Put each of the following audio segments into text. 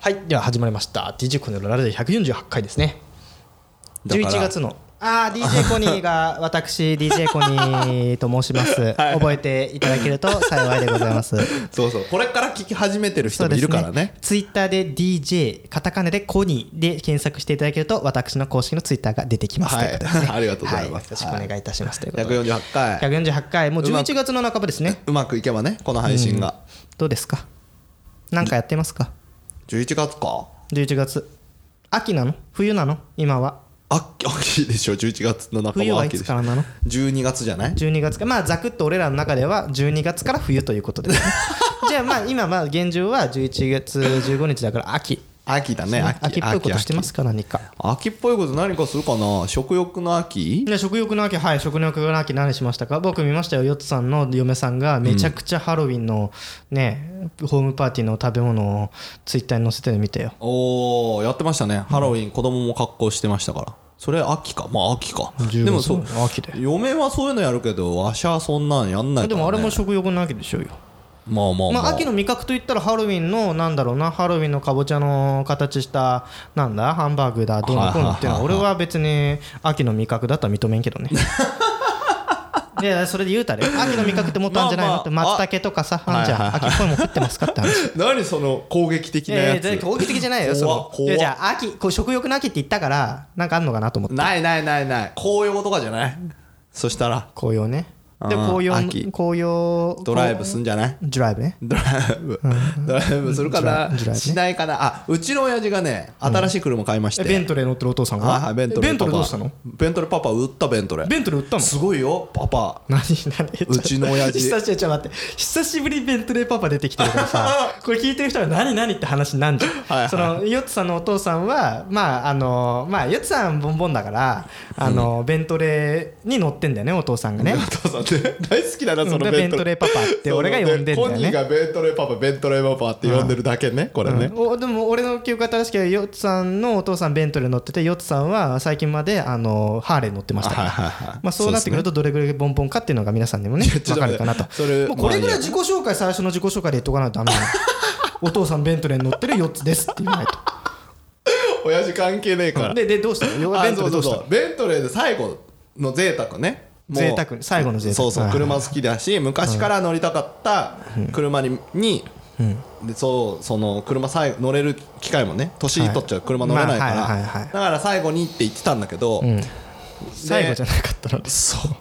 はいでは始まりました DJ コネのラジオ148回ですねだから11月のああ DJ コニーが 私 DJ コニーと申します、覚えていただけると幸いでございますそうそうこれから聞き始めてる 人もいるからねツイッターで DJ カタカナでコニーで検索していただけると私の公式のツイッターが出てきます、はいということですね ありがとうございまはすよろしくお願いいたします、ということで148回148回もううまく11月の半ばですねうまくいけばねこの配信が、どうですかなんかやってますか11月か11月秋なの冬なの今は秋秋でしょ11月の半冬ばははい秋つでしかょらなの12月じゃない12月かまあざくっと俺らの中では12月から冬ということですね じゃあまあ今まあ現状は11月15日だから秋秋だね秋秋っぽいことしてますすか何か秋っぽいこと何かするかな食欲の秋で食欲の秋はい食欲の秋何しましたか僕見ましたよヨッツさんの嫁さんがめちゃくちゃハロウィンのね、ホームパーティーの食べ物をツイッターに載せてるの見たよおおやってましたねハロウィン子供も格好してましたからそれ秋かまあ秋かでもそう秋で嫁はそういうのやるけどわしはそんなんやんないから、ね、でもあれも食欲の秋でしょうよまあまあままあ、あ、秋の味覚といったらハロウィンのなんだろうなハロウィンのかぼちゃの形したなんだハンバーグだどうのこうのっていうのははい俺はいは別に秋の味覚だったら認めんけどね いやそれで言うたらよ秋の味覚ってもっとあるんじゃないのってまあまあ松茸とかさあんじゃはん秋っぽいもん食ってますかって話何その攻撃的いなやいややつ全然攻撃的じゃないよそ怖っの怖っいやじゃあ秋こう食欲の秋って言ったからなんかあんのかなと思ってないないないない紅葉とかじゃないそしたら紅葉ねでうん紅葉の秋紅葉ドライブすんじゃないドライブねドライブドライブするかなドラドライブねしないかなあうちの親父がね新しい車買いまして、えベントレー乗ってるお父さんはいはがいベントレベントレーパパどうしたのベントレパパ売ったベントレベントレー売ったのすごいよパパ何何うちの親父久しぶりちょっと待って久しぶりにベントレーパパ出てきてるから さこれ聞いてる人が何何って話になんじゃん、はいはいそのヨッツさんのお父さんはまああのまあヨッツさんボンボンだからあの、ベントレーに乗ってんだよねお父さんがねお父さんね大好きだなそのベントレーパパって俺が呼んでんだよねそう本人がベントレパパベントレパパって呼んでるだけねこれね、おでも俺の記憶が正しければヨッツさんのお父さんベントレー乗っててヨッツさんは最近まであのハーレー乗ってましたから、はいはいはいまあ、そうなってくるとどれぐらいボンボンかっていうのが皆さんにもねやちょ分かるっと待ってかなとそれもうこれぐまらあいいい自己紹介最初の自己紹介で言っとかないとダ メなのお父さんベントレーに乗ってる4つですって言わないと親父関係ねえからででどうしたのよ あベントレーどうしたそうそうのそうベントレーで最後の贅沢ねもう贅沢最後の贅沢そうそはうい車好きだし昔から乗りたかった車ににでそうその車最後乗れる機会もね年取っちゃう車乗れないかまあはいはいはらいはだいから最後にって言ってたんだけどん最後じゃなかったのですそう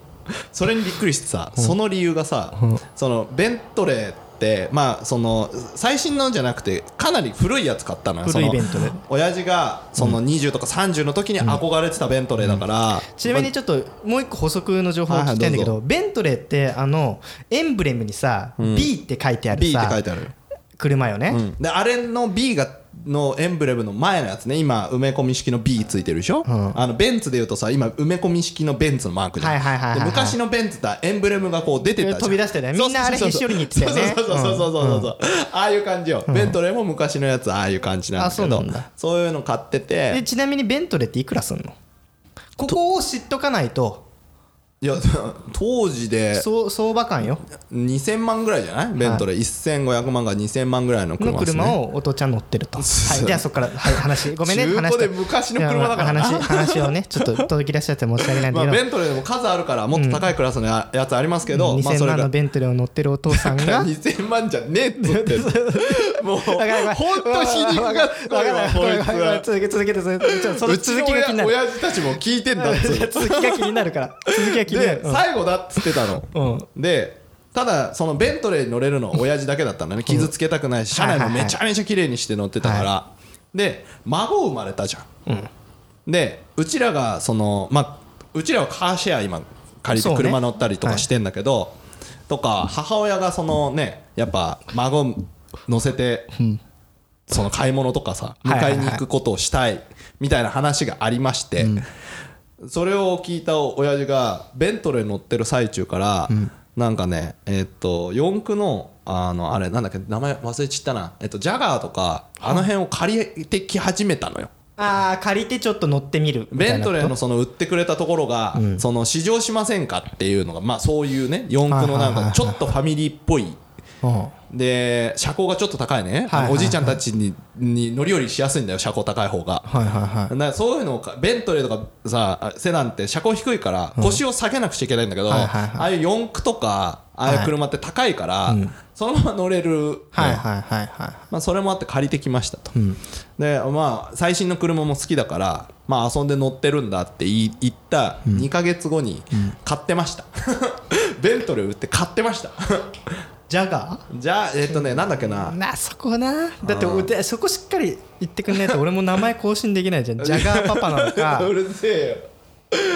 それにびっくりしてさその理由がさそのベントレーってまあその最新のじゃなくてかなり古いやつ買ったのよ古いそのベントレー親父がその20とか30の時に憧れてたベントレーだからちなみにちょっともう一個補足の情報を聞きたいんだけど,、はベントレーってあのエンブレムにさ、B って書いてある B っさて書いてある車よね、うんであれの B がのエンブレムの前のやつね今埋め込み式の B ついてるでしょ、んあのベンツでいうとさ今埋め込み式のベンツのマークじゃん、はいはいはいはいはいで昔のベンツってエンブレムがこう出てたじゃん飛び出してたよねそうみんなあれそうへそうし折りに行ってたよねそうそうそうそうそうそうそうああいう感じよ、ベントレーも昔のやつああいう感じなんだけあどそうなんだそういうの買ってでてちなみにベントレーっていくらすんのここを知っとかないといや当時でそう相場感よ2000万ぐらいじゃないベントレー、1500万から2000万ぐらいのの車ですね車をお父ちゃん乗ってる と、はそうい、じゃあそこから、はい、 話ごめんね中古話でと昔の車だからないやまあ話話をねちょっと届き出しちゃって申し訳ないんだまあ、けど、ベントレーでも数あるからもっと高いクラスのややつありますけど、まあ2000それ万のがベントレーを乗ってるお父さん が 2000万じゃねえっつって もうほんわかるわかると皮肉がつくわかるわわかこるいわつかるわかはる続け続けて続けてちょっとそのうち続のきが気にな親る親父たちも聞いてんだっ つう続きが気になるから続きが気になるでうん最後だっつってたの、でただそのベントレーに乗れるのは親父だけだったのね傷つけたくないし車内もめちゃめちゃ綺麗にして乗ってたから、で孫生まれたじゃんでうちらがそのまあうちらはカーシェア今借りそうてね車乗ったりとかしてんだけど、とか母親がそのねやっぱ孫乗せて、その買い物とかさはいはいは迎いえに行くことをしたいみたいな話がありまして、それを聞いた親父がベントレー乗ってる最中から、なんかねえっと四駆のあのあれなんだっけ名前忘れちったな、えっと、ジャガーとかあの辺を借りてき始めたのよ。ああ借りてちょっと乗ってみるみたベいなントことレーのその売ってくれたところが、その試乗しませんかっていうのがまあそういうね四駆のなはいんはいはいはかいちょっとファミリーっぽいうんで車高がちょっと高いね、はいはいおじいちゃんたちにに乗り降りしやすいんだよ車高高い方が。はいはいはいだからそういうのをかベントレーとかさセダンって車高低いから腰を下げなくちゃいけないんだけど、はいはいはいああいう四駆とかああいう車って高いから、うんそのまま乗れるのよ、はいはいはいはまあ、それもあって借りてきましたと、いうんでまあ最新の車も好きだから、まあ、遊んで乗ってるんだって言い言った2ヶ月後に買ってました、 ベントレー売って買ってました ジャガじゃあえっ、とねなんだっけなーなそこなだっておでそこしっかり言ってくんないと俺も名前更新できないじゃん ジャガーパパなの うかるせえ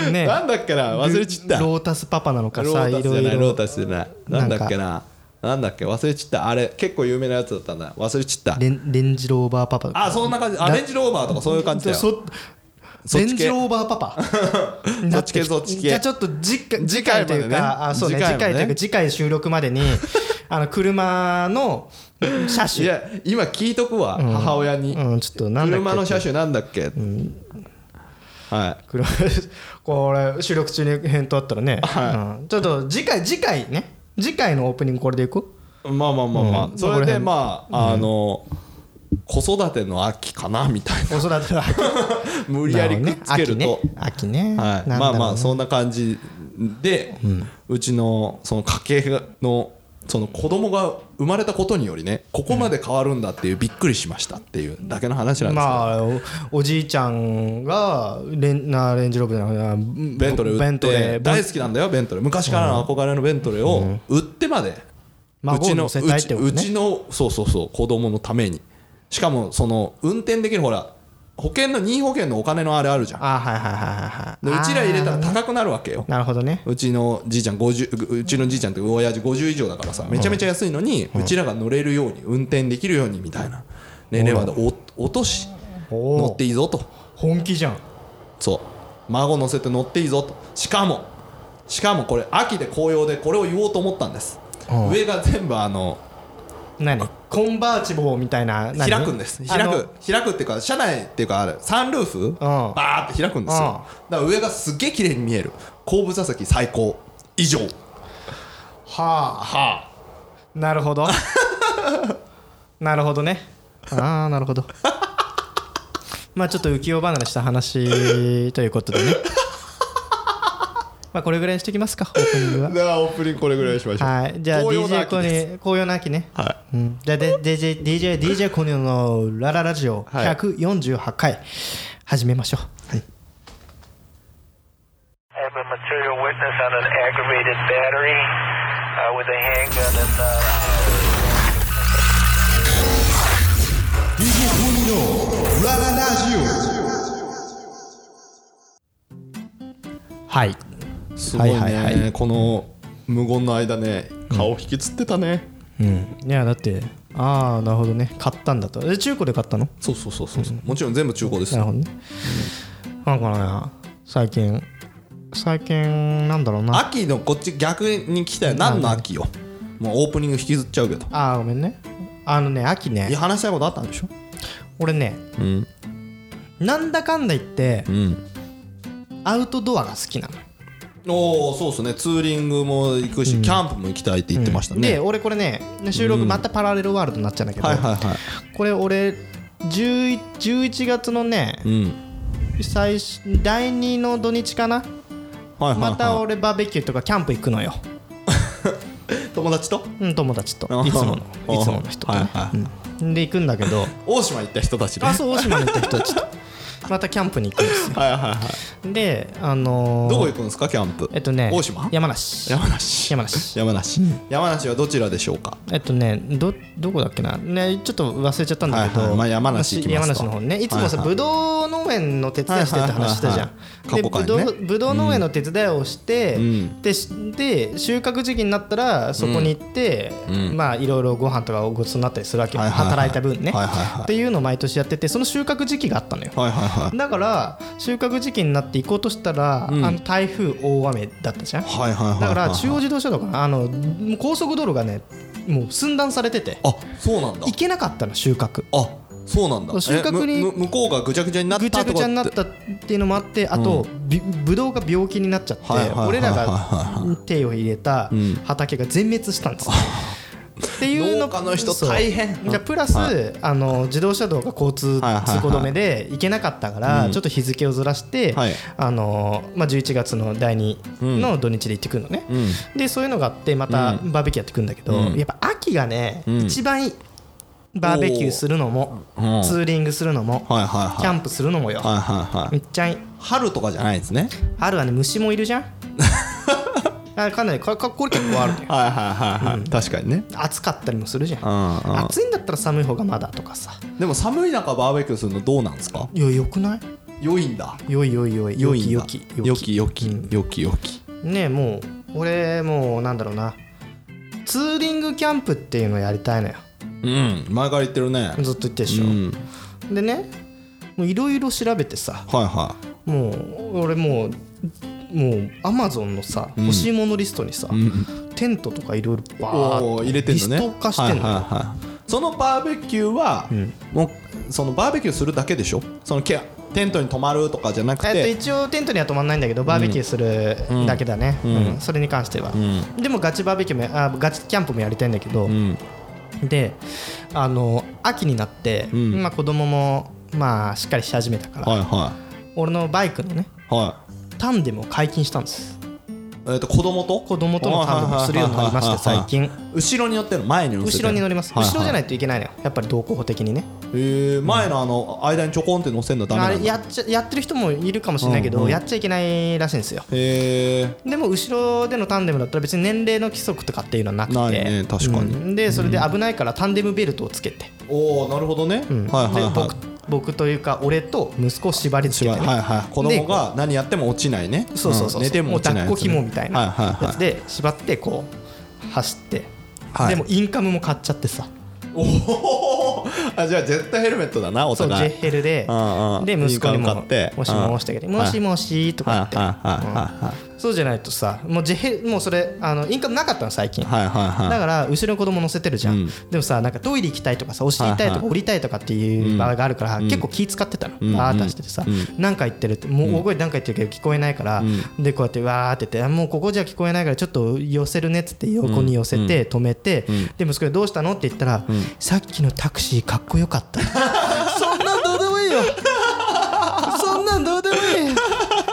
よ、ねなんだっけな忘れちったロータスパパなのかロさータいスじろゃいないローろタスじゃないなんだっけななんだっけ忘れちったあれ結構有名なやつだったんだ忘れちったレンレンジローバーパパあそんな感じアレンジローバーとかそういう感じだよそそそっレちン系ジローバーパパ そっち系そっち系じゃあちょっと次回次次回回まとでねいうかあそうね次次回回までねというか次回収録まで にあの車の車い種や今聞いとくわ、母親に、うんちょっとなんだっけ車の車種なんだっけ、は車 これ収録中に返答あったらね、うんちょっと次回次回ね次回のオープニングこれでい こいまあまあまあまあ、うんそここられで辺まあ、あの子育ての秋かなみたいう子育てはな無理やりくっつけると、ね秋ね秋ねはい、なんだまろあうねまあそんな感じで、うちのその家計のその子供が生まれたことによりねここまで変わるんだっていうびっくりしましたっていうだけの話なんですけど、まあおおじいちゃんがレンなレンジローブじゃなくてベントレーベ売っントレてー大好きなんだよベントレー昔からの憧れのベントレーを売ってまで、う孫ちをの乗うちせたいってことねうちのそうそうそう子供のためにしかもその運転できるほら保険の任意保険のお金のあれあるじゃんあはいはいはいはいではいうちら入れたらあー高くなるわけよなるほどねうちのじいちゃん50うちのじいちゃんって親父50以上だからさめちゃめちゃ安いのにうちらが乗れるように運転できるようにみたいな年齢までお落としお乗おっていいぞと本気じゃんそう孫乗せて乗っていいぞとしかもしかもこれ秋で紅葉でこれを言おうと思ったんですうん上が全部あの何コンバーチボーみたいな何開くんです開あのく開くっていうか車内っていうかあれサンルーフバーって開くんですようんだから上がすっげえ綺麗に見える後部座席最高以上はあはなるほ どなるほどねああなる ほどまあちょっと浮世離れした話ということでね まあこれぐらいにしてきますかオープニン グはではオープニングこれぐらいにしましょうはいじゃあ紅葉の DJ 秋コですニー紅葉の秋ねはいうんじゃあで DJ, DJ, DJ コニーのラララジオはい148回始めましょう、 I have a material witness on an aggravated battery uh, with a handgun and. Uh DJ コニのラララジオはいすごいね、はいはいはこの無言の間ね顔引きつってたね、いやだってああなるほどね買ったんだとえ中古で買ったのそうそうそうそうそうもちろん全部中古ですなるほよどねなんかね最近最近なんだろうな秋のこっち逆に聞きたい何の秋よもうオープニング引きずっちゃうけどああごめんねあのね秋いねや話したいことあったんでしょ俺ねうんなんだかんだ言ってうんアウトドアが好きなのおおそうですねツーリングも行くし、キャンプも行きたいって言ってましたね、で俺これね収録またパラレルワールドになっちゃうんだけどはいはいはこれ俺11 11月のねいうん最初第2の土日かなはいはいはいまた俺バーベキューとかキャンプ行くのよ友達とうん友達といつものうんいつもの人とねはいはいうんで行くんだけど大島行った人たちねあそう大島に行った人 たちとまたキャンプに行くんですよはいはいはいであのーどこ行くんですかキャンプえっとね大島山梨山梨山梨山梨山梨はどちらでしょうかえっとねどどこだっけなねちょっと忘れちゃったんだけど、はいはいまあ山梨行きま山すか梨の方ねいつもさ、はいはぶいどう農園の手伝いしてって話したじゃん、はいはいはいはい過去で回ぶどねうぶどう農園の手伝いをして、んでしで収穫時期になったらそこに行って、うんまあいろいろご飯とかごちそうになったりするわけ、はいはいはい働いた分ね、はいはいはいっていうのを毎年やっててその収穫時期があったのよ、はいはいはいだから収穫時期になって行こうとしたら、うんあの台風大雨だったじゃん、はいはいはいはいだから中央自動車道かなあのもう高速道路がねもう寸断されててあそうなんだ行けなかったの収穫あそうなんだ収穫にえむむ向こうがぐちゃぐちゃになったぐちゃぐちゃになっとかたっていうのもあってあと、びぶどうが病気になっちゃってはいはいはいはい俺らが手を入れたうん畑が全滅したんです、っていうの農家の人そう大変じゃあプラス、はあの自動車道が交通はいはいはい通行止めで行けなかったから、うんちょっと日付をずらして、はいあのまあ、11月の第2の土日で行ってくるのね、うんでそういうのがあってまたうバーベキューやってくるんだけど、うんやっぱ秋がね、うん一番いいバーベキューするのも、おーうんツーリングするのも、はいはいはいキャンプするのもよ、はいはいはめいっちゃいい春とかじゃないんですね春はね虫もいるじゃ んあかなりかかこれ結構あるねはいはいはいはい、確かにね暑かったりもするじゃんうんうん暑いんだったら寒い方がまだとかさでも寒い中バーベキューするのどうなんですかいやよくない良いんだよいよいよい良よいんきだよき良き良きうん良き良きねえもう俺もうなんだろうなツーリングキャンプっていうのやりたいのようん前から言ってるねずっと言ってるでしうょ、んでねもういろいろ調べてさはいはもう俺もうもうアマゾンのさん欲しいものリストにさ、い、うんテントとかいろいろバーッおとー入れてんリのスねト化してんのはいはよいはいそのバーベキューは、もうそのバーベキューするだけでしょそのケアテントに泊まるとかじゃなくえっと、て一応テントには泊まんないんだけどバーベキューするだけだね、うんそれに関しては、でもガチバーベキューもあガチキャンプもやりたいんだけど、うんであの秋になって、んまあ、子供もまあしっかりし始めたから、はいは俺のバイクのねいはタンデムを解禁したんですいえっ、と子供と子供とのタンデムをするようになりまして最近後ろに乗ってるの前に乗せて後ろに乗ります、後ろじゃないいといけないのよやっぱり同候補的にねえー、前のあの間にちょこんって乗せんのダメあなれのやっちゃやってる人もいるかもしれないけど、うんうんやっちゃいけないらしいんですよへえでも後ろでのタンデムだったら別に年齢の規則とかっていうのはなくてないね確かにうんでそれで危ないからタンデムベルトをつけて、おおなるほどね、うんはいはいでは僕僕というか俺と息子を縛りい付けて、ねはいはい子供が何やっても落ちないねそうそうそうそう、ん寝てももう落ち抱ないっやこつね紐みたいなはいはいやはついで縛ってこう走って、はいでもインカムも買っちゃってさおおあじゃあ絶対ヘルメットだなおそうジェ互いッヘルでうんうんで息子にインカムも買ってもしもし」とかで「もしもし」とかはいはい言はっいてうんそうじゃないとさもうジェッヘルもうそれあのインカムなかったの最近はいはいはいだから後ろの子供乗せてるじゃん、うんでもさなんかトイレ行きたいとかさお尻痛いとはいかはい降りたいとかっていう場合があるから、結構気使ってたの、んバーッとしててさ、うなんか言ってるってもう大声でなんか言ってるけど聞こえないから、でこうやってわーって言ってあもうここじゃ聞こえないからちょっと寄せるねっつって横に寄せて止めて、で息子がどうしたのって言ったら、さっきのタクシーかっこよかったそんなんどうでもいいよそんなんどうでもいい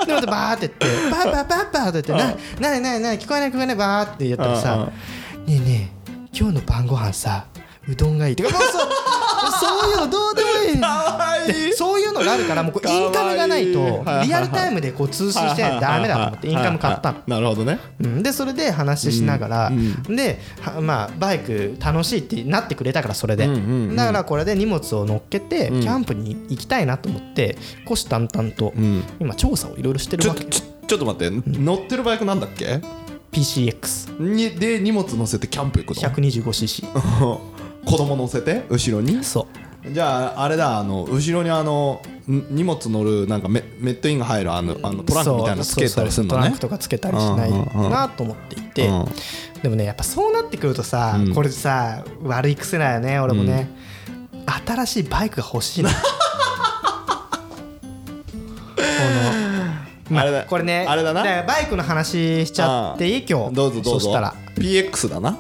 でまたバーって言って「パパパパ」って言って「ななになになに聞こえない聞こえない」バーって言ったらうんうんさ「ねえねえ今日の晩ご飯さうどんがいい」ってかもうそそういうのどうでもい いかわいいでそういうのがあるからもうこうかわいいインカムがないはいとはいはいリアルタイムでこう通信してダメだと思ってインカム買ったのはい。はいはいなるほどねうんでそれで話しながら、ではまあ、バイク楽しいってなってくれたからそれで、うんうんうんだからこれで荷物を乗っけて、んキャンプに行きたいなと思って虎視眈々と、ん今調査をいろいろしてるちょわけよちょちょっと待って乗ってるバイクなんだっけ PCX125cc にで荷物乗せてキャンプ行くの 子供乗せて後ろにそうじゃああれだあの後ろにあのん荷物乗るなんかメメットインが入るあのあのトランクみたいなのつけたりすそうそうそるうトのラねンクとかつけたりしないなと思っていて、うんうんでもねやっぱそうなってくるとさ、うんこれさ悪い癖だよね俺もね、新しいバイクが欲しいの この、まあれだこれねあれだなからバイクの話しちゃっていい今日どうぞどうそぞしたら PX だな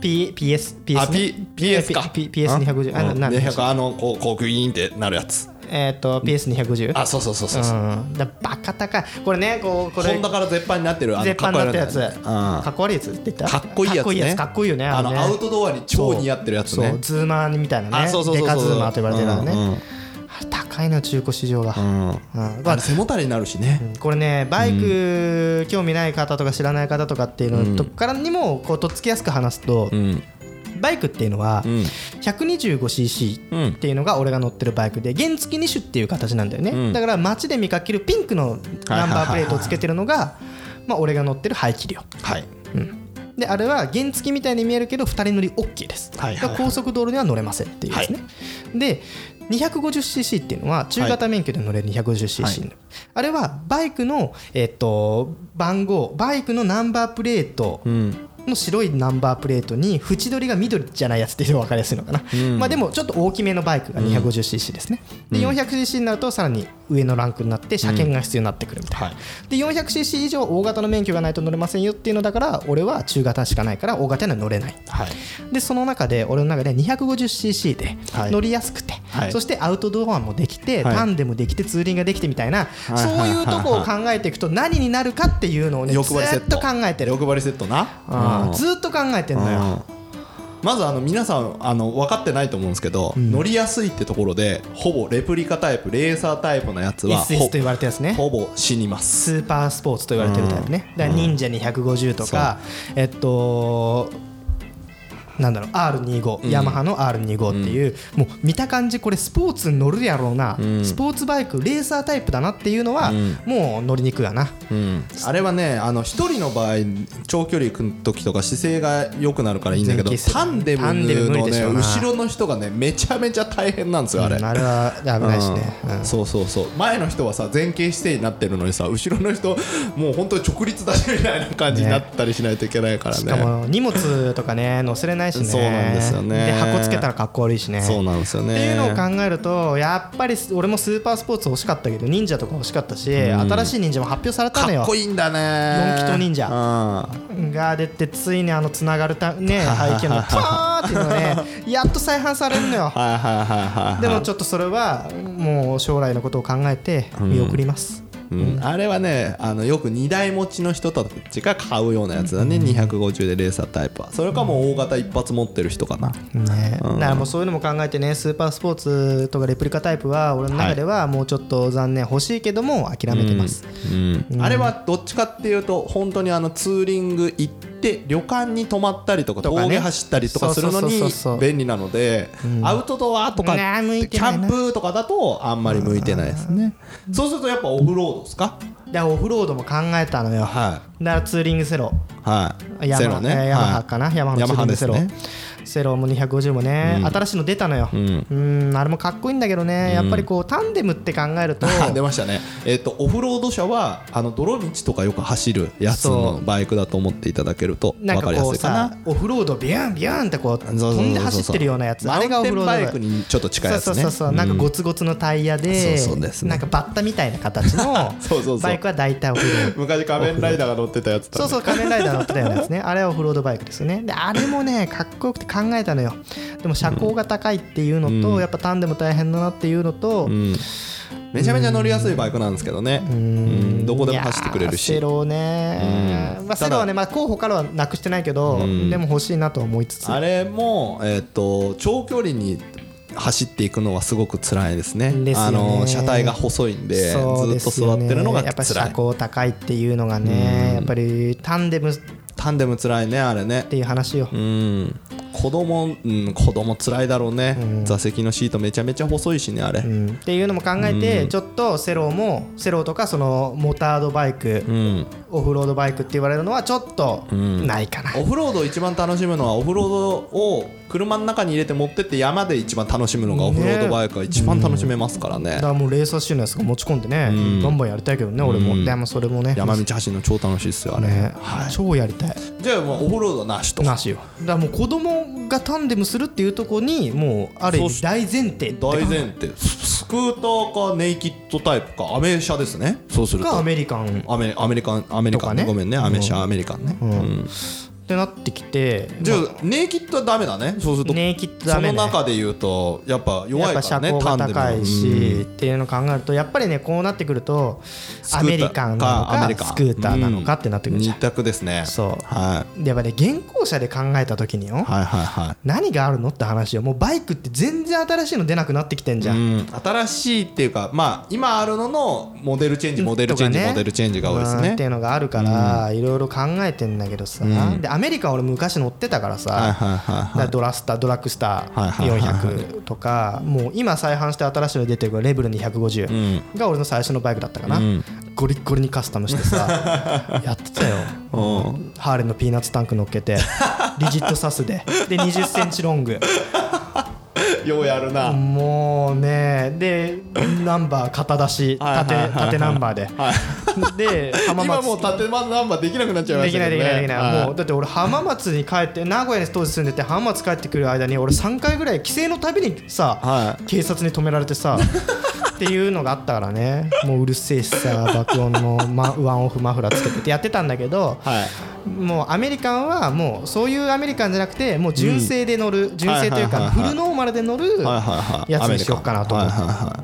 P PS PS ね、あ P PS か P- P- PS250 ああななんだ200あのこうこうグイーンってなるやつえっ、と PS250 あそうそうそうそうそううんだからバカ高いこれねこうこれホンダから絶版になってるあの絶版になったやつかかっこ悪いやつって言ったっこいいかっやつこいいやねつかっこいいよねあれのねアウトドアに超似合ってるやつそねうズーマーみたいなあねそうそうそうデそカうズーマーと呼ばれてるからね、うんうんあれ高いのよ中古市場が、うんうんまああれ背もたれになるしねこれねバイク興味ない方とか知らない方とかっていうのとこからにもこうとっつきやすく話すと、うんバイクっていうのは、うん 125cc っていうのが俺が乗ってるバイクで原付2種っていう形なんだよね、うんだから街で見かけるピンクのナンバープレートをつけてるのが、まあ、俺が乗ってる排気量はいであれは原付みたいに見えるけど2人乗り OK です、はいはいはいだから高速道路には乗れませんっていうですね、で 250cc っていうのは中型免許で乗れる 250cc、はいあれはバイクの、えっと番号バイクのナンバープレートうんの白いナンバープレートに縁取りが緑じゃないやつっていうのが分かりやすいのかな、まあでもちょっと大きめのバイクが 250cc ですね、で 400cc になるとさらに上のランクになって車検が必要になってくるみたいな、はいで 400cc 以上大型の免許がないと乗れませんよっていうのだから俺は中型しかないから大型には乗れないはいでその中で俺の中で 250cc ではい乗りやすくて、はいそしてアウトドアもできて、はいタンデムできてツーリングができてみたいな、いそういうとこをはい考えていくと何になるかっていうのをねず欲張りセーッっトと考えてる欲張りセットなあうーんずーっと考えてんのようんまずあの皆さんあの分かってないと思うんですけど、乗りやすいってところでほぼレプリカタイプレーサータイプのやつは SS と言わほれたやつねほぼ死にますスーパースポーツと言われてるタイプね、だから忍者250とか、えっとなんだろう R25、ヤマハの R25 っていう、もう見た感じこれスポーツに乗るやろうな、スポーツバイクレーサータイプだなっていうのは、もう乗りにくいわな、あれはねあの一人の場合長距離行く時とか姿勢が良くなるからいいんだけど前傾姿勢タンデムタンデム無理のでしねょうな後ろの人がねめちゃめちゃ大変なんですよあれ。あれは危ないしね、うんそうそうそう前の人はさ前傾姿勢になってるのにさ後ろの人もう本当に直立だしみたいな感じになったりしないといけないからねしかも荷物とかね乗せれないしねそうなんですよねで箱つけたらかっこ悪いしねそうなんですよねっていうのを考えるとやっぱり俺もスーパースポーツ欲しかったけど忍者とか欲しかったし、新しい忍者も発表されたのかよっこいいんだね四気筒忍者者が出てついにあのつながるたね背 景のパーンっていうのねやっと再販されるのよはいはいはいはいはいでもちょっとそれはもう将来のことを考えて見送ります、うんあれはねあのよく2台持ちの人たちが買うようなやつだね、250でレーサータイプはそれかもう大型一発持ってる人かな、ね、だからもうそういうのも考えてねスーパースポーツとかレプリカタイプは俺の中ではもうちょっと残念欲しいけども諦めてます、あれはどっちかっていうと本当にあのツーリング行って旅館に泊まったりとかとかね峠走ったりとかするのそうそにうそうそう便利なので、アウトドアとかうわー向いキてないャなンプとかだとあんまり向いてないですねそうするとやっぱオフロードですかだからオフロードも考えたのよ、はだからツーリングセロいはいヤセマ,、ロねえーヤマハはいかな、ヤマハのヤツーリマハングでセすロ、ねセロも250もね、うん新しいの出たのよ、ううんん、あれもかっこいいんだけどね、やっぱりこうタンデムって考える と出ましたね、えっとオフロード車はあの泥道とかよく走るやつそのうバイクだと思っていただけるとなん分かかりやこうすいかなさオフロードビューンビューンってこうそうそうそうそう飛んで走ってるようなやつあれがオフロードマウンテンバイクにちょっと近いやつそねうそうそうそうなんかゴツゴツのタイヤで,、そうそうですねなんかバッタみたいな形の そうそうそうバイクは大体オフロード昔仮面ライダーが乗ってたやつだ、ね、そうそう仮面ライダー乗ってたようなやつねあれはオフロードバイクですよねであれもねかっこよくて考えたのよでも車高が高いっていうのと、やっぱタンデム大変だなっていうのと、うんめちゃめちゃ乗りやすいバイクなんですけどね、うんどこでも走ってくれいるやーしセロね、うんまあ、セロはね、まあ、候補からはなくしてないけど、んでも欲しいなとは思いつつあれも、えっと長距離に走っていくのはすごく辛いですねですよあねの車体が細いんでそうでずっとすよ座ねってるのがやっぱ辛車い高高いっていうのがね、やっぱりタンデムっタンデム辛いねあれねていう話よ、うん子供、うん、子供辛いだろうね、座席のシートめちゃめちゃ細いしねあれ、うんっていうのも考えて、ちょっとセロもセロとかそのモタードバイク、うんオフロードバイクって言われるのはちょっとないかな、オフロードを一番楽しむのはオフロードを車の中に入れて持ってって山で一番楽しむのがオフロードバイクが一番楽しめますからねだからもうレーサーシーのやつが持ち込んでね、バンバンやりたいけどね俺も、でもそれもね 山道走るの超楽しいですよあれ、ね、超やりたいじゃあもうオフロードなしとなしよだからもう子供がタンデムするっていうところにもうある意そ味し大前提って大前提ススクーターかネイキッドタイプかアメ車ですねそうするとがアアメメリカンっアメリカンアメリカとかン、ねね、ごめんねアメ車、アメリカンね、うんてなってきてじゃあネイキッドはダメだねそうするとネイキッドダメねその中で言うとやっぱや弱っいぱか車らね高がタンデム高いうんしっていうのを考えるとやっぱりねこうなってくるとスクーターアメリカンなのアメかリカンスクーターなのかってなってくるじゃ二択ですねそうはいんやっぱね現行車で考えた時によはいはいは何があるのって話よもうバイクって全然新しいの出なくなってきてんじゃんい、うん、新しいっていうかまあ今あるののモデルチェンジモデルチェンジ、とかねモデルチェンジが多いですうんねっていうのがあるからいろいろ考えてんだけどさ、でアメリカ俺昔乗ってたからさ、はいはいはいだかはらいドラスタードラッグスタはいーはいはいはい400とかもう今再販して新しいの出てるからレベル250が俺の最初のバイクだったかな、うんゴリッゴリにカスタムして さやってたようんハーレーのピーナッツタンク乗っけてリジットサスでで2 0センチロング ようやるな、もうねでナンバー肩出しはいはいはいはい縦縦ナンバーで、で浜今松もう縦ナンバーできなくなっちゃいまでしきたないけでどきないねできない、はもうだって俺浜松に帰って名古屋に当時住んでて浜松帰ってくる間に俺3回ぐらい帰省のたびにさ、は警察に止められてさっていうのがあったからねもううるせえしさ爆音の、ま、ワンオフマフラーつけてってやってたんだけどはいもうアメリカンはもうそういうアメリカンじゃなくてもう純正で乗る、純正というはいかはいはいフはいルノーマルで乗るはいはいはいやつにしようかなと思っ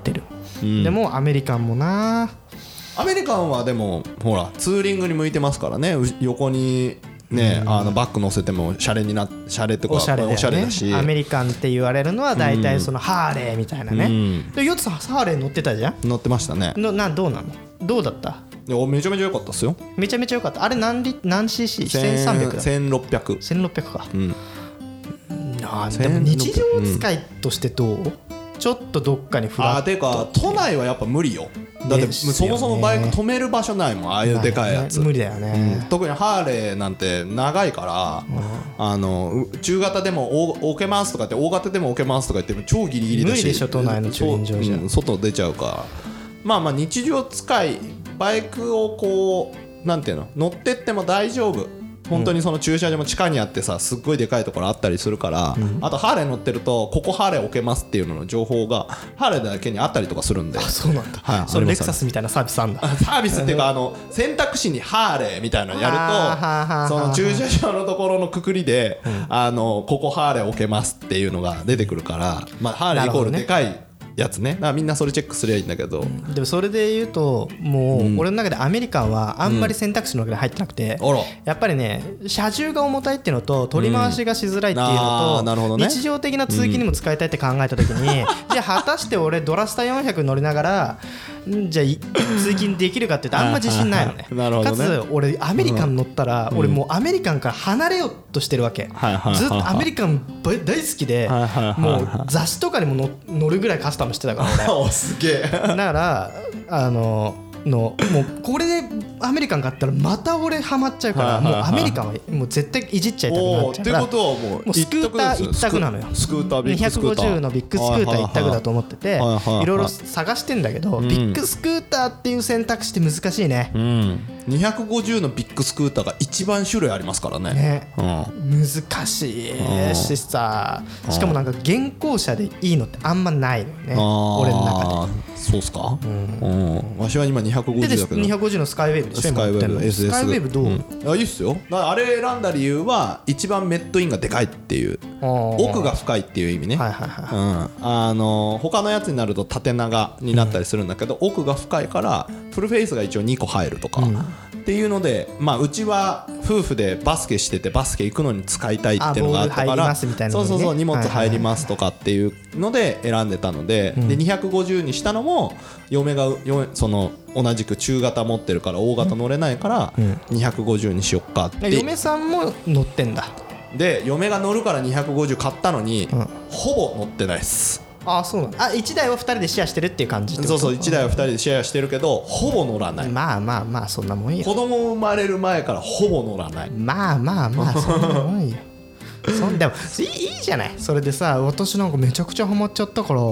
てる、いでもアメリカンもなアメリカンはでもほらツーリングに向いてますからねう横にねあのバッグ乗せてもシャレになシャレとかおしゃれだよねおしゃれだしアメリカンって言われるのは大体そのハーレーみたいなね、うんでヨッツさんハーレー乗ってたじゃん乗ってましたねのなどうなのどうだったいやめちゃめちゃ良かったですよめちゃめちゃ良かったあれ何リ何 cc?1300 だ1600 1600かうんなあでも1600日常使いとしてどう、ちょっとどっかにフあラッーてか都内はやっぱ無理よだってですよねそもそもバイク止める場所ないもんああいうでかいやつ無理だよね、特にハーレーなんて長いから、あのう中型でもお置けますとかって大型でも置けますとか言っても超ギリギリだ無し理でしょ都内の駐輪場じゃそううん外出ちゃうからまあまあ日常使いバイクをこうなんていうの乗ってっても大丈夫本当にその駐車場も地下にあってさすっごいでかいところあったりするから、あとハーレー乗ってるとここハーレー置けますっていうのの情報がハーレーだけにあったりとかするんであそうなんだ、はいそれありますレクサスみたいなサービスあんだサービスっていうかあの選択肢にハーレーみたいなのやあーはーはーはるーとその駐車場のところのくくりであのここハーレー置けますっていうのが出てくるからまあハーレーイコールなるでほどかいやつねだからみんなそれチェックすりゃいいんだけどでもそれで言うともう俺の中でアメリカンはあんまり選択肢の中で入ってなくて、あらやっぱりね車重が重たいっていうのと取り回しがしづらいっていううんあーなのるほと、どね日常的な通勤にも使いたいって考えた時に、じゃあ果たして俺ドラスタ400乗りながらんじゃあい通勤できるかって言うとあんま自信ないのねあー なるほどかねつ俺アメリカン乗ったら、俺もうアメリカンから離れようとしてるわけ、はいはいはいはいずっとアメリカンば大好きで、はいはいはいはいもう雑誌とかにもの乗るぐらいカスタムしてたから俺。 おすげえだからあののもうこれでアメリカン買ったらまた俺ハマっちゃうからはいもはういはアいメリカンはもう絶対いじっちゃいたくなおっちゃーっうかていうらことはもうもうスクーター一択なのよスクータービッグスクーター250のビッグスクーター一択だと思っててはいはいはいはいいろいろ探してんだけどんビッグスクーターっていう選択肢って難しいねうん250のビッグスクーターが一番種類ありますからねねうん難しうんいしさしかもなんか現行車でいいのってあんまないのよね俺の中で。でそうっすかうんわしは今250でだでけど250のスカイウェーブでしょスカイウェー今乗ってんブの SS スカイウェーブどう、んあいいっすよだからあれ選んだ理由は一番メットインがでかいっていうあー奥が深いっていう意味ね、はいはいはいうん、あの他のやつになると縦長になったりするんだけど、奥が深いからフルフェイスが一応2個入るとか、っていうので、まあ、うちは夫婦でバスケしててバスケ行くのに使いたいっていうのがあったあボーかル入りら、ますみたいなのそにうねそうそう荷物はいはいはい入りますとかっていうので選んでたので,、で250にしたのも嫁がよその同じく中型持ってるから大型乗れないから250にしよっかって、嫁さんも乗ってんだで嫁が乗るから250買ったのに、んほぼ乗ってないっす。あそうなんだあ1台は2人でシェアしてるっていう感じってことそうそう1台は2人でシェアしてるけどほぼ乗らないまあまあまあそんなもんよ子供生まれる前からほぼ乗らないまあまあまあ そんなもんよそんでもいいいいじゃないそれでさ私なんかめちゃくちゃハマっちゃったから、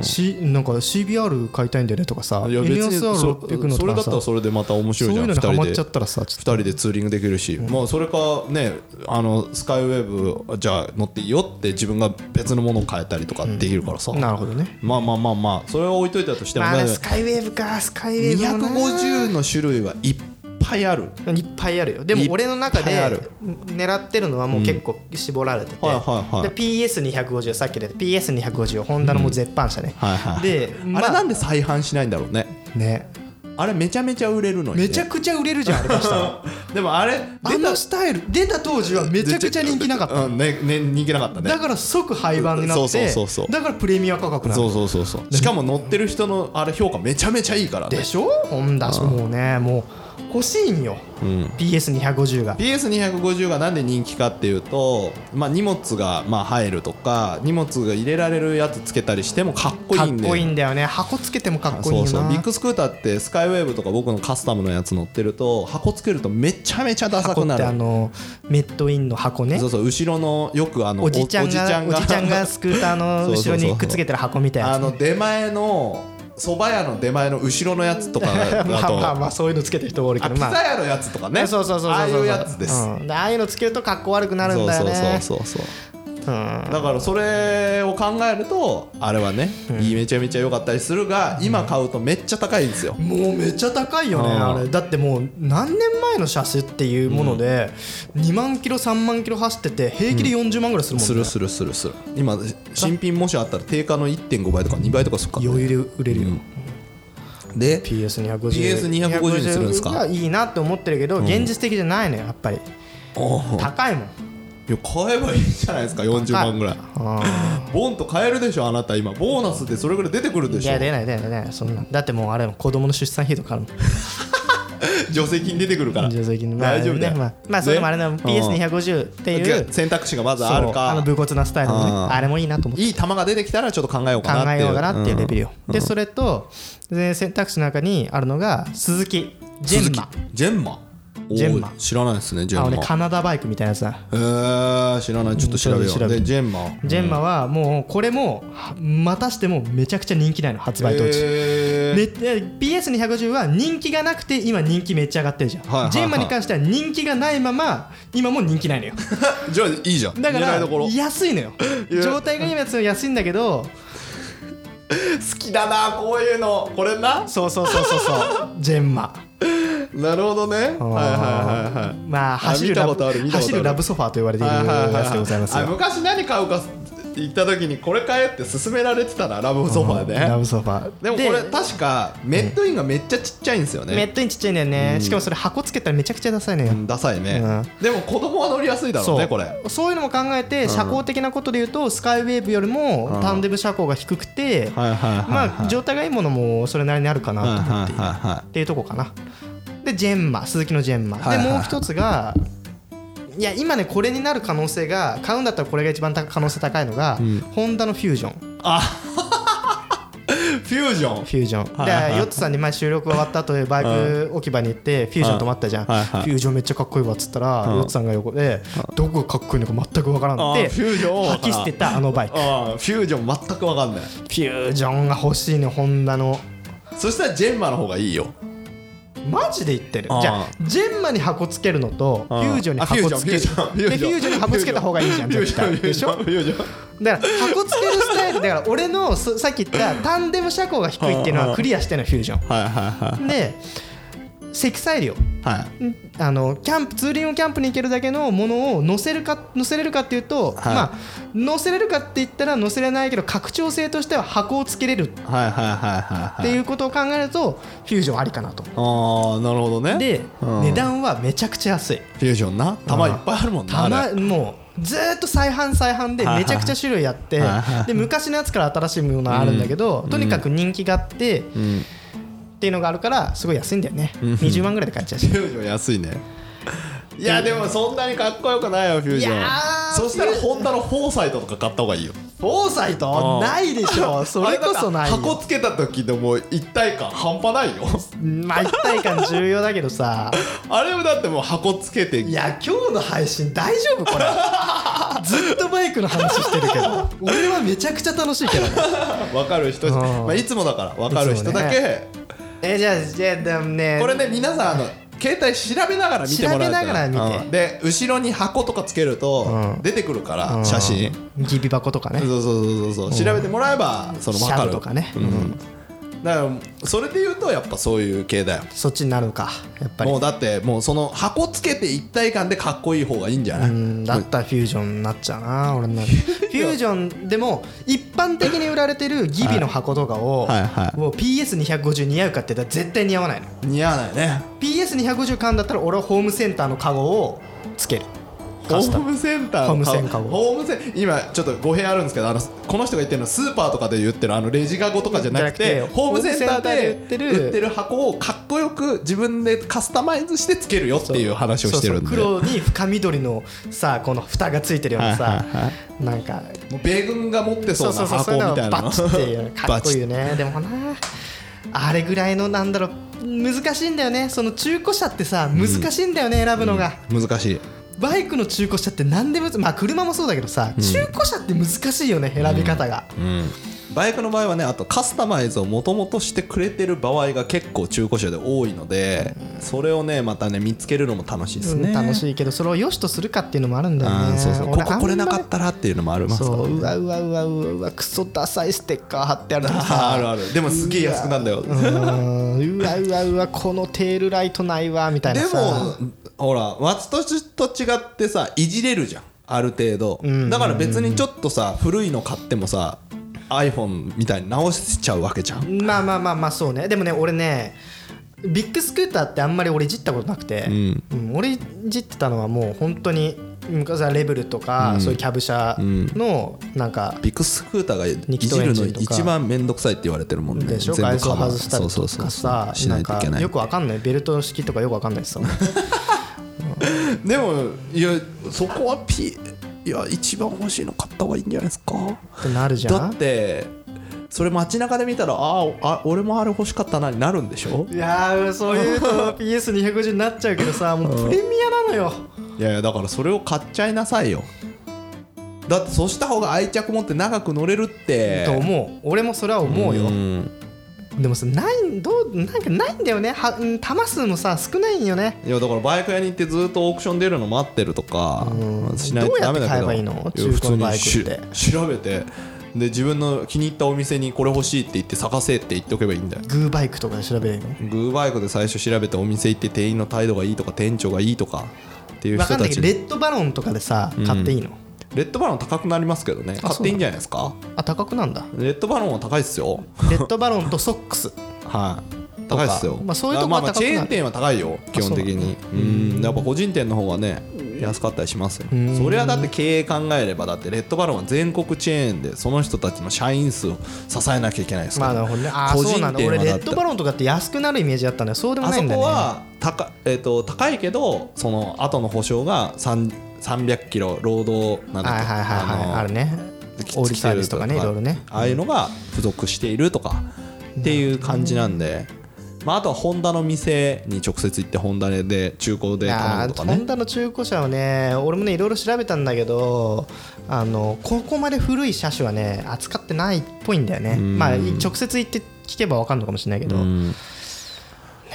C、なんか CBR 買いたいんだよねとかさいや別にそ NSR600 のそとれかだったさらそれでまた面そ白ういいじゃうんの2にハマ人っでちゃったらさちょ2っと人でツーリングできるし、まあそれかねあのスカイウェーブじゃあ乗っていいよって自分が別のものを変えたりとかできるからさ、なるほどねまあまあまあまあそれは置いといたとしても、まあねだからスカイウェーブかスカイウェーブもな250の種類はいっぱいあるいっぱいあるよでも俺の中いっぱいあでる狙ってるのはもう結構絞られてて、はいはいはいで PS250 さっき出た PS250 ホンダのもう絶版車ね、はいはいで、あれなんでで再販しないんだろうねねあれめちゃめちゃ売れるのにね、めちゃくちゃ売れるじゃんあれ出 したらでもあれあのスタイル出た当時はめちゃくちゃ人気なかったうんねね人気なかったねだから即廃盤になそうっそうてそうそうだからプレミア価格なそのうそうそうそうしかも乗ってる人のあれ評価めちゃめちゃいいからねでしょホンダもうねもう欲しいんよ、PS250 が PS250 がなんで人気かっていうと、まあ、荷物がまあ入るとか荷物が入れられるやつつけたりしてもかっこいかいっんでこいいんだよね箱つけてもかっこいいよそうなそうビッグスクーターってスカイウェーブとか僕のカスタムのやつ乗ってると箱つけるとめちゃめちゃダサ箱くっなてあるのメットインの箱ねそうそう後ろのよくあのおじちゃんがおじちゃんがスクーター の後ろにくっつけてる箱みたいなやあつの出前のそば屋の出前の後ろのやつとかだ とまあまあまあそういうのつけてる人多いけあどピまザあ屋のやつとかねそうそうそうそうそうああいうやつです、うんでああいうのつけると格好悪くなるんだよねそうそうそうそうそうだからそれを考えるとあれはね、いいめちゃめちゃ良かったりするが今買うとめっちゃ高いんですよ、もうめっちゃ高いよねああーれだってもう何年前の車種っていうもので2万キロ3万キロ走ってて平気で40万ぐらいするもんすね、るするするする今新品もしあったら定価の1.5倍とか2倍とかするから、余裕で売れるよ、で PS250 PS250 にするんですかがいいなって思ってるけど、現実的じゃないのよやっぱりおう高いもんいや買えばいいじゃないですか40万ぐらいあボンと買えるでしょあなた今ボーナスでそれぐらい出てくるでーいしょや出ない出ない出ないそんなだってもうあれも子供の出産費とかあるもん助成金出てくるから助成金まあ 大丈夫だよねまあ、まあそれもあれなね PS250 ってい違うう選択肢がまずあるそうあのか武骨なスタイルのねうんあれもいいなと思っていい球が出てきたらちょっと考えよう考かなっていえうようかなっていうレベルよ、うんでそれとで選択肢の中にあるのが鈴木ジェンマジェンマおージェンマ知らないですねジあェのンねマカナダバイクみたいなやつだえー、知らないちょっと調べようん調うべてでジェンマジェンマはもうこれもはまたしてもめちゃくちゃ人気ないの発売当時、えーめ PS250 は人気がなくて今人気めっちゃ上がってるじゃん、はいはいはいジェンマに関しては人気がないまま今も人気ないのよじゃあいいじゃんだか狙らいどころ好安いのよ いや状態がいいやつは安いんだけどきだなこういうのこれなそうそうそうそうそうジェンマなるほどねはいはいはいはいまあ走る見たラことあブる見たことある走るラブソファーと言われているやつでございますあよ昔何買うか言った時にこれ買えって勧められてたなラブソファーでラブソファーでもこれ確かメットインがめっちゃちっちゃいんですよめねっちゃちっちゃいんだよねしかもそれ箱つけたらめちゃくちゃダサいのようんダサいねでも子供は乗りやすいだろうねこれそういうのも考えて社交的なことで言うとスカイウェーブよりもタンデム車高が低くてはいはいはいはいまあ状態がいいものもそれなりにあるかなと思っているはいはいはいはいっていうとこかなでジェンマ鈴木のジェンマはでいはいはいもう一つがいや今ねこれになる可能性が買うんだったらこれが一番高可能性高いのがホンダのフュージョンフュージョンフュージョン、はいはいでヨッツさんに前収録終わった後でバイク置き場に行ってフュージョン止まったじゃん、はいはいフュージョンめっちゃかっこいいわっつったら、んヨッツさんが横でどこがかっこいいのか全くわからんってあフュージョンを吐き捨てたあのバイクフああフュージョン全く分かんないュージョンが欲しいねホンダのそしたらジェンマの方がいいよマジで言ってるあーじゃあジェンマに箱つけるのとフあュージョンにあフュー箱ジョンつけるでフフュージョンフュュージョンージョンに箱つけた方がいいじゃんフュージ絶ョン対フューでジしョンょフュージョンだから箱つけるスタイルだから俺のそさっき言ったタンデム車高が低いっていうのはクリアしてんのフュージョンはいはで積載量いはいはいあのキャンプツーリングキャンプに行けるだけのものを載せるか載せれるかっていうと、はいまあ載せれるかって言ったら載せれないけど拡張性としては箱をつけれるっはいはいはいはいていううことを考えると、フュージョンありかなと。ああなるほどねで、うん値段はめちゃくちゃ安い。フュージョンな玉いっぱいあるもんなたあれまもうずーっと再販再販ではいはいめちゃくちゃ種類あってはいはいで昔のやつから新しいものがあるんだけど、とにかく人気があって、っていうのがあるからすごい安いんだよね、20万ぐらいで買っ ちゃうしフュージョン安いねいやでもそんなにかっこよくないよフュージョいやンーそしたらホンダのフォーサイトとか買った方がいいよフォーサイトないでし ょそれこそないあよれだって箱つけた時のもう一体感半端ないよまあ一体感重要だけどさあれもだってもう箱つけて いや今日の配信大丈夫これ ずっとバイクの話してるけど 俺はめちゃくちゃ楽しいけどね分かる人し、うんまあ、いつもだから分かる人だいつけ、も えじゃあじゃあでもねこれね皆さんあの携帯調べながら見てもらうと調べながら見てうんで後ろに箱とかつけるとうん出てくるから、写真ギビ箱とかねそうそうそうそうそう調べてもらえばそのシ分ャかブるとかね、うんだからそれで言うとやっぱそういう系だよそっちになるのかやっぱりもうだってもうその箱つけて一体感でかっこいい方がいいんじゃなうい、んだったらフュージョンになっちゃうな俺になるフュージョンでも一般的に売られてるギビの箱とかを、 はいはいもう PS250 似合うかって言ったら絶対似合わないの似合わないね PS250 買うんだったら俺はホームセンターのカゴをつけるホカスタームムセンターホームセンカゴホームセン今ちょっと語弊あるんですけどあのこの人が言ってるのはスーパーとかで言ってるあのレジカゴとかじゃなくてじゃなくてホームセンターでホームセンターで売売っっててるる箱をかっこよく自分でカスタマイズしてつけるよっていう話をしてるんでそうそう黒に深緑のさこの蓋がついてるようなはいさはいはなんかもう米軍が持ってそうな箱うみいうのたいなバチっていうのかっこいい よねでもなあれぐらいのなんだろう難しいんだよねその中古車ってさ難しいんだよね選ぶのが、バチ難しいバイクの中古車って何でもまあ車もそうだけどさ、中古車って難しいよね選び方が、うんバイクの場合はねあとカスタマイズをもともとしてくれてる場合が結構中古車で多いのでそれをねまたね見つけるのも楽しいですうねん楽しいけどそれを良しとするかっていうのもあるんだよあねーそうそうこ俺ここれなかったらっていうのもありますからそううわうわうわうわうわクソダサいステッカー貼ってあるとか あーさあるあるでもすげえ安くなんだようーんうわうわうわこのテールライトないわみたいでなもさほら松戸と違ってさいじれるじゃんある程度だから別にちょっとさ古いの買ってもさ iPhone みたいに直しちゃうわけじゃんまあまあまあまあそうねでもね俺ねビッグスクーターってあんまり俺いじったことなくて、んうん俺いじってたのはもう本当に昔はレブルとか、そういうキャブ車のなんかビッグスクーターがい二気じ筒エるンジのンとか一番面倒くさいって言われてるもんねでしょ全外部装カバー外したりそとうそうそうかさしななんいといかけないよくわかんないベルト式とかよくわかんないですよでもいやそこはピいや一番欲しいの買った方がいいんじゃないですかってなるじゃだっんてそれ街中で見たらあーあ俺もあれ欲しかったなになるんでしょいやーそういうと PS250 になっちゃうけどさもうプレミアなのよいやいやだからそれを買っちゃいなさいよだってそうした方が愛着持って長く乗れるってと思う俺もそれは思うよんでもさないどうなんかないんだよねはうん玉数もさ少ないんよねいやだからバイク屋に行ってずっとオークション出るの待ってるとかうんしないとダメだけどどうやって買えばいいのや普通中古のにバイクってし調べてで自分の気に入ったお店にこれ欲しいって言って探せって言っておけばいいんだよグーバイクとかで調べればいいのグーバイクで最初調べてお店行って店員の態度がいいとか店長がいいとかっていうわ人かんなたいけちどレッドバロンとかでさ買っていいの、レッドバロン高くなりますけどね買っていいんじゃないですかあ高くなんだレッドバロンは高いっすよレッドバロンとソック スはい、高いっすよ、まあそういうとこはまあまあ高くチなるェーン店は高いよ基本的にうんやっぱ個人店の方がね安かったりしますよそれはだって経営考えればだってレッドバロンは全国チェーンでその人たちの社員数を支えなきゃいけないですまかあら、なるほどねあー個そう人なんだ店は俺レだっッてドバロンとかって安くなるイメージだったんだよそうでもあないそんだよこねは高,、えー、と高いけどその後の保証が3 300キロ労働なんだっはいけはいはいはいのあるねオールサービスとかねいろいろねああいうのが付属しているとかっていう感じなんで、まあ、あとはホンダの店に直接行ってホンダで中古であ頼むーとかホンねダの中古車はね俺もねいろいろ調べたんだけどあのここまで古い車種はね扱ってないっぽいんだよねまあい直接行って聞けば分かるのかもしれないけどうん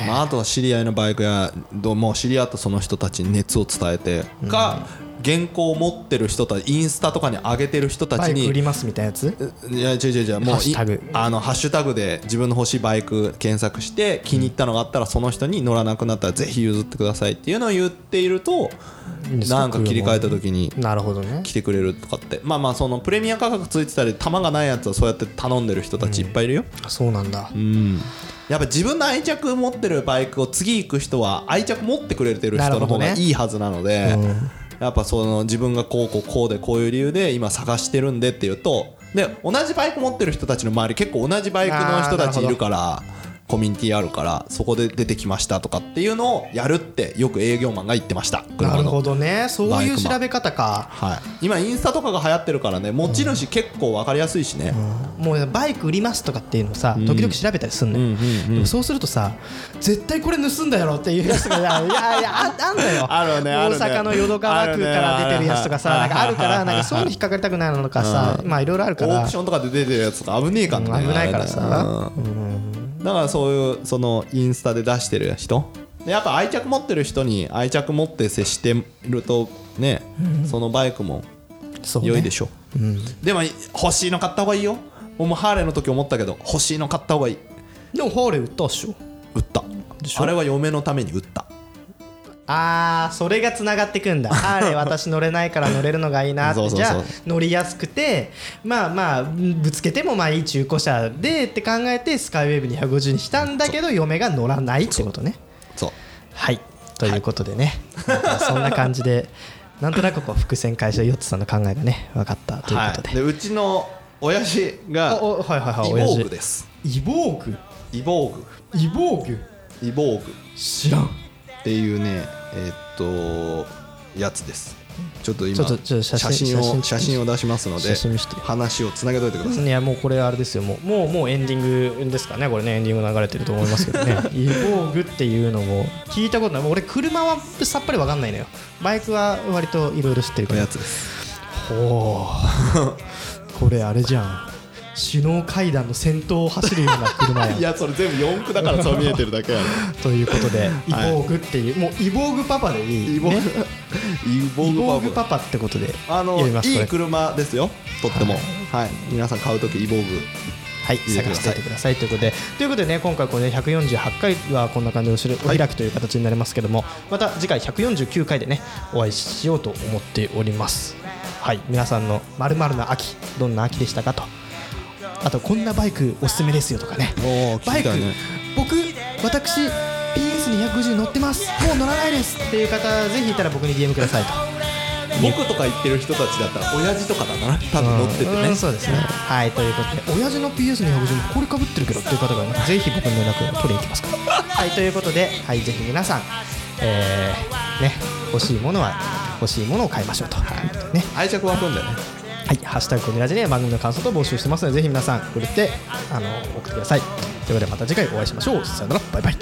まあ、あとは知り合いのバイクやどうもう知り合ったその人たちに熱を伝えてが原稿を持ってる人たちインスタとかに上げてる人たバちイク売にりますみたいなやついや違う違う違うもういハッシュタグあのハッシュタグで自分の欲しいバイク検索して気に入ったのがあったらその人に乗らなくなったらぜひ譲ってくださいっていうのを言っているとなんか切り替えた時になるほどね来てくれるとかってまあまあそのプレミア価格ついてたり玉がないやつはそうやって頼んでる人たちいっぱいいるよそうなんだうんやっぱ自分の愛着持ってるバイクを次行く人は愛着持ってくれてるなる人の方がほどねいいはずなのでやっぱその自分がこうこうこうでこういう理由で今探してるんでっていうとで同じバイク持ってる人たちの周り結構同じバイクの人たちいるからコミュニティあるからそこで出てきましたとかっていうのをやるってよく営業マンが言ってました車のなるほどねそういバイうクマン調べ方かはい、今インスタとかが流行ってるからね持ち主結構分かりやすいしね、もうバイク売りますとかっていうのをさ時々調べたりすんのよでもそうするとさ絶対これ盗んだやろっていうやつがいやいやああんだよ あるねあ大るね阪の淀川区から出てるやつとかさなあんるねかあるからなんかそういうの引っかかりたくないのかさまあいろいろあるかオーらクションとかで出てるやつとか危ねえからね、うん危ないからさあれねうんだからそういうそのインスタで出してる人でやっぱ愛着持ってる人に愛着持って接してるとね、そのバイクもそうね良いでしょうでも欲しいの買った方がいいよもうハーレーの時思ったけど欲しいの買った方がいいでもホール売ったっしょ売ったしょあれは嫁のために売ったあーそれがつながってくんだあ れ私乗れないから乗れるのがいいなっそてうそうじそうゃあ乗りやすくてまあまあぶつけてもまあいい中古車でって考えてスカイウェーブ250にしたんだけど嫁が乗らないってことねそうはいということでね、なんかそんな感じでなんとなくこう伏線回収ヨッツさんの考えがね分かったということで、はい、でうちの親父がおおはいはいはいイ親ボー父グですイボーグイボーグイボーグイボーグ知らんっていうねえーっとやつですちょっと今ちょっとちょっと写真を写真写真を出しますので写真見せて話をつなげといてください、いやもうこれあれですよもうもうもうエンディングですかねこれねエンディング流れてると思いますけどね イボーグっていうのも聞いたことないもう俺車はさっぱり分かんないのよバイクは割といろいろ知ってるかこのら やつですおおこれあれじゃん首脳会談の先頭を走るような車や いやそれ全部四駆だからそう見えてるだけやろということでイボはいーグっていう、もうイボーグパパでいい イボね、イイボボーーググパパパってことであの呼びますこいれい車ですよとってもははい、皆さん買うときイボーグはい、入れて探くださしておいいてくださいということで、ということでね、今回これ148回はこんな感じでおしお開きという形になりますけども、また次回149回でね、お会いしようと思っております。はい、皆さんのまるまるな秋、どんな秋でしたかと。あとこんなバイクおすすめですよとかねおー聞。きバたイいクね、僕私 PS250 乗ってます。もう乗らないですっていう方ぜひいたら僕に DM くださいと。僕とか言ってる人たちだったら親父とかだな多分乗っててうねんそうですねはいということで親父の PS250 もこれかぶってるけどっていう方がいますぜひ僕の連絡を取りに行きますからはいということで、はい、ぜひ皆さん、えーね、欲しいものは欲しいものを買いましょうと、ね愛着湧くんだよねはい、ハッシュタグコニラジで番組の感想と募集してますのでぜひ皆さん送ってあの送ってくださいということでまた次回お会いしましょうさよならバイバイ